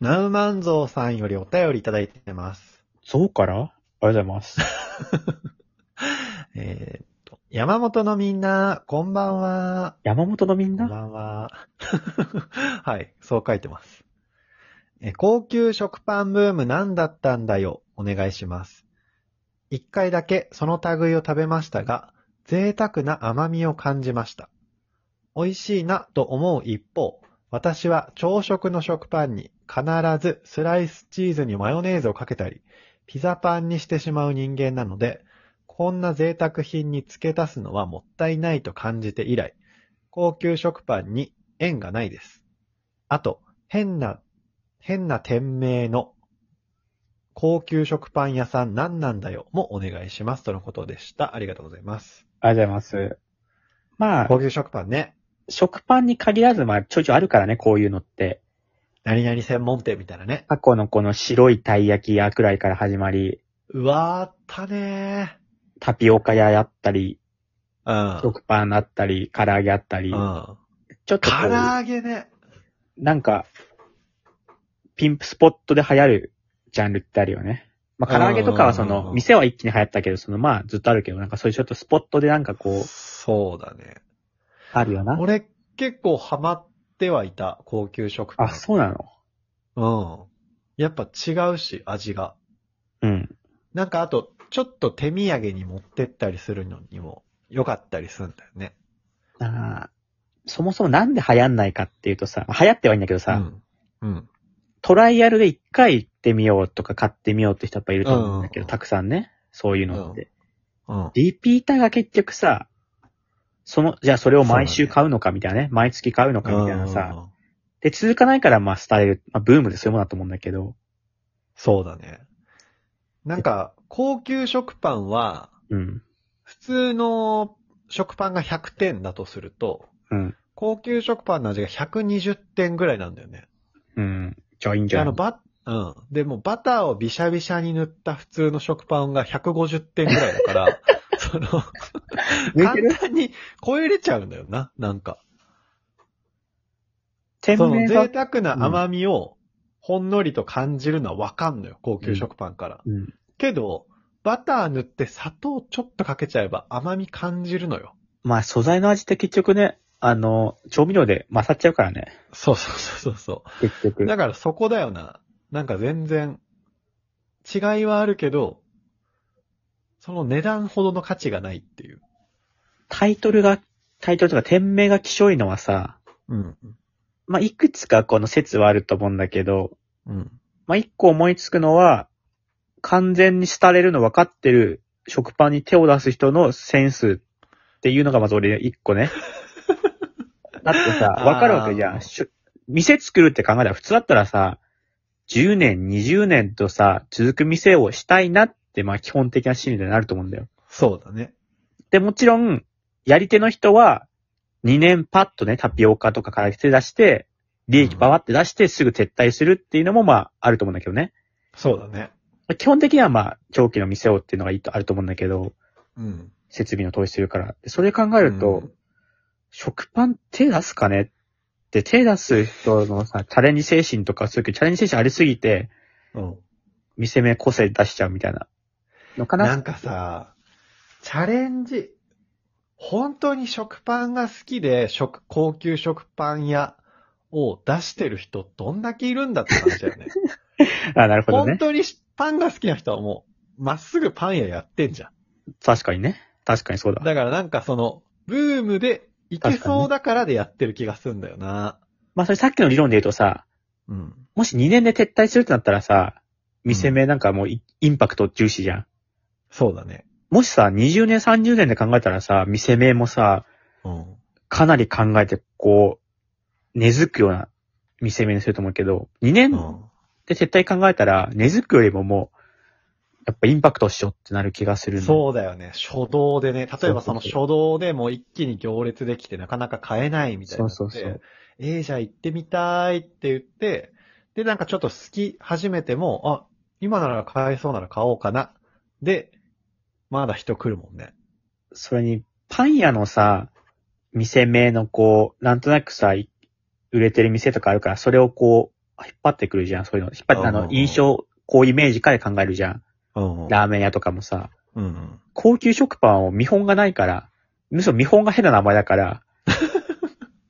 ナウマンゾウさんよりお便りいただいてます。そうからありがとうござ います。えーっと、山本のみんな、こんばんは。山本のみんこんなばんは。 はい、そう書いてます。え、高級食パンブーム何だったんだよ、お願いします。一回だけその類を食べましたが、贅沢な甘みを感じました。美味しいなと思う一方、私は朝食の食パンに必ずスライスチーズにマヨネーズをかけたり、ピザパンにしてしまう人間なので、こんな贅沢品に付け足すのはもったいないと感じて以来、高級食パンに縁がないです。あと、変な、変な店名の高級食パン屋さん何なんだよもお願いしますとのことでした。ありがとうございます。ありがとうございます。まあ、高級食パンね、食パンに限らず、まあ、ちょいちょいあるからね、こういうのって。何々専門店みたいなね。過去のこの白いたい焼き屋くらいから始まり、うわーあったねタピオカ屋やったり、ー。うん。食パンあったり、唐揚げあったり、うん。ちょっとこ唐ういう、揚げね。なんか、ピンプスポットで流行るジャンルってあるよね。まあ、唐揚げとかはそうんうんうんうの、ん店は一気に流行ったけど、その、まあ、ずっとあるけど、なんかそういうちょっとスポットでなんかこう、そうだね。あるよな。俺結構ハマってはいた、高級食パン。あ、そうなのうん。やっぱ違うし、味が。うん。なんかあと、ちょっと手土産に持ってったりするのにも良かったりするんだよね。ああ、そもそもなんで流行んないかっていうとさ、流行ってはいいんだけどさ、うん。うん。トライアルで一回行ってみようとか買ってみようって人やっぱいると思うんだけど、うんたくさんね、そういうのって。うん。リピーターが結局さ、その、じゃあそれを毎週買うのかみたいなね、毎月買うのかみたいなさ、うんで、続かないからまあスタイル、まあブームでそういうものだと思うんだけど、そうだね。なんか、高級食パンは、うん、普通の食パンが100点だとすると、うん、高級食パンの味が120点ぐらいなんだよね。うん、じゃあいいんじでゃあなの、いば、うん。でも、バターをびしゃびしゃに塗った普通の食パンが150点ぐらいだ から、その、抜いてる簡単に超えれちゃうんだよな、なんか。店その名が贅、沢な甘みをほんのりと感じるのはわかんのよ、高級食パンから。うん、けど、バター塗って砂糖ちょっとかけちゃえば甘み感じるのよ。まあ素材の味って結局ね、あの、調味料で勝っちゃうからね、そうそうそうそう結そう。局。だからそこだよな。なんか全然、違いはあるけど、その値段ほどの価値がないっていう。タイトルが、タイトルとか店名が希少いのはさ、うん。まあ、いくつかこの説はあると思うんだけど、うん。まあ、一個思いつくのは、完全に廃れるの分かってる食パンに手を出す人のセンスっていうのがまず俺一 個ね。だってさ、あー分かるわけじゃん。しゅ店作るって考えたら普通だったらさ、10年、20年とさ、続く店をしたいなって、まあ基本的な心理になると思うんだよ。そうだね。で、もちろん、やり手の人は、2年パッとね、タピオカとかから手出して、利益パワって出してすぐ撤退するっていうのもまあ、あると思うんだけどね。そうだね。基本的にはまあ、長期の店をっていうのがいいとあると思うんだけど、うん。設備の投資するから。でそれ考えると、うん食パン手出すかねって手出す人のさ、チャレンジ精神とかするけど、チャレンジ精神ありすぎて、うん。店名個性出しちゃうみたいなのかななんかさ、チャレンジ、本当に食パンが好きで、食、高級食パン屋を出してる人、どんだけいるんだって感じだ よね。あ、なるほど本ね。当にしパンが好きな人はもう、まっすぐパン屋やってんじゃん。確かにね。確かにそうだ。だからなんかその、ブームで、いけそうだからでやってる気がするんだよな。まあ、それさっきの理論で言うとさ、うん。もし2年で撤退するってなったらさ、店名なんかもうイインパクト重視じゃん。そうだね。もしさ、20年、30年で考えたらさ、店名もさ、うん。かなり考えて、こう、根付くような店名にすると思うけど、2年うん。で撤退考えたら、根付くよりももう、やっぱインパクトしようってなる気がするのそうだよね。初動でね。例えばそのそう初そ動でもう一気に行列できてなかなか買えないみたいになって。そうそうそうえー、じゃあ行ってみたいって言って、で、なんかちょっと好き始めても、あ、今なら買えそうなら買おうかな。で、まだ人来るもんね。それに、パン屋のさ、店名のこう、なんとなくさ、い売れてる店とかあるから、それをこう、引っ張ってくるじゃん、そういうの。引っ張って、あうのん、印象、こうイメージから考えるじゃん。うん。ラーメン屋とかもさ、うんうん。高級食パンを見本がないから、むしろ見本が変な名前だから、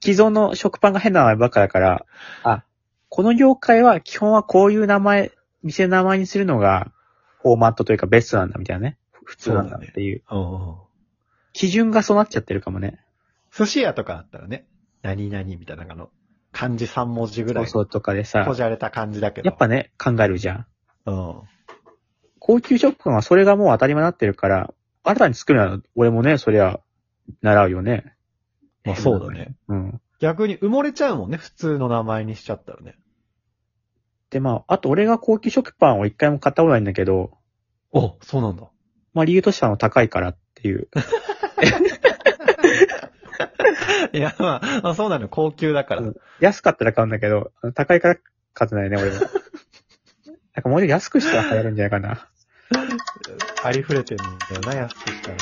既存の食パンが変な名前ばっかだから、あ、この業界は基本はこういう名前、店の名前にするのが、フォーマットというかベストなんだみたいなね。普通なんだっていう。うんうん。基準がそうなっちゃってるかもね。寿司屋とかあったらね、何々みたいなの、漢字3文字ぐらそういその、うとかでこさ、じゃれた感じだけど。やっぱね、考えるじゃん。うん。高級食パンはそれがもう当たり前になってるから、新たに作るなら俺もね、そりゃ、習うよね。まあそうだね。うん。逆に埋もれちゃうもんね、普通の名前にしちゃったらね。で、まあ、あと俺が高級食パンを一回も買ったことないんだけど、お、そうなんだ。まあ理由としてはあの高いからっていう。いや、まあ、まあそうなの、高級だから。うん安かったら買うんだけど、あの高いから買ってないね、俺は。なんかもうちょい安くしたら流行るんじゃないかな。ありふれてるんだよな、安くしたら。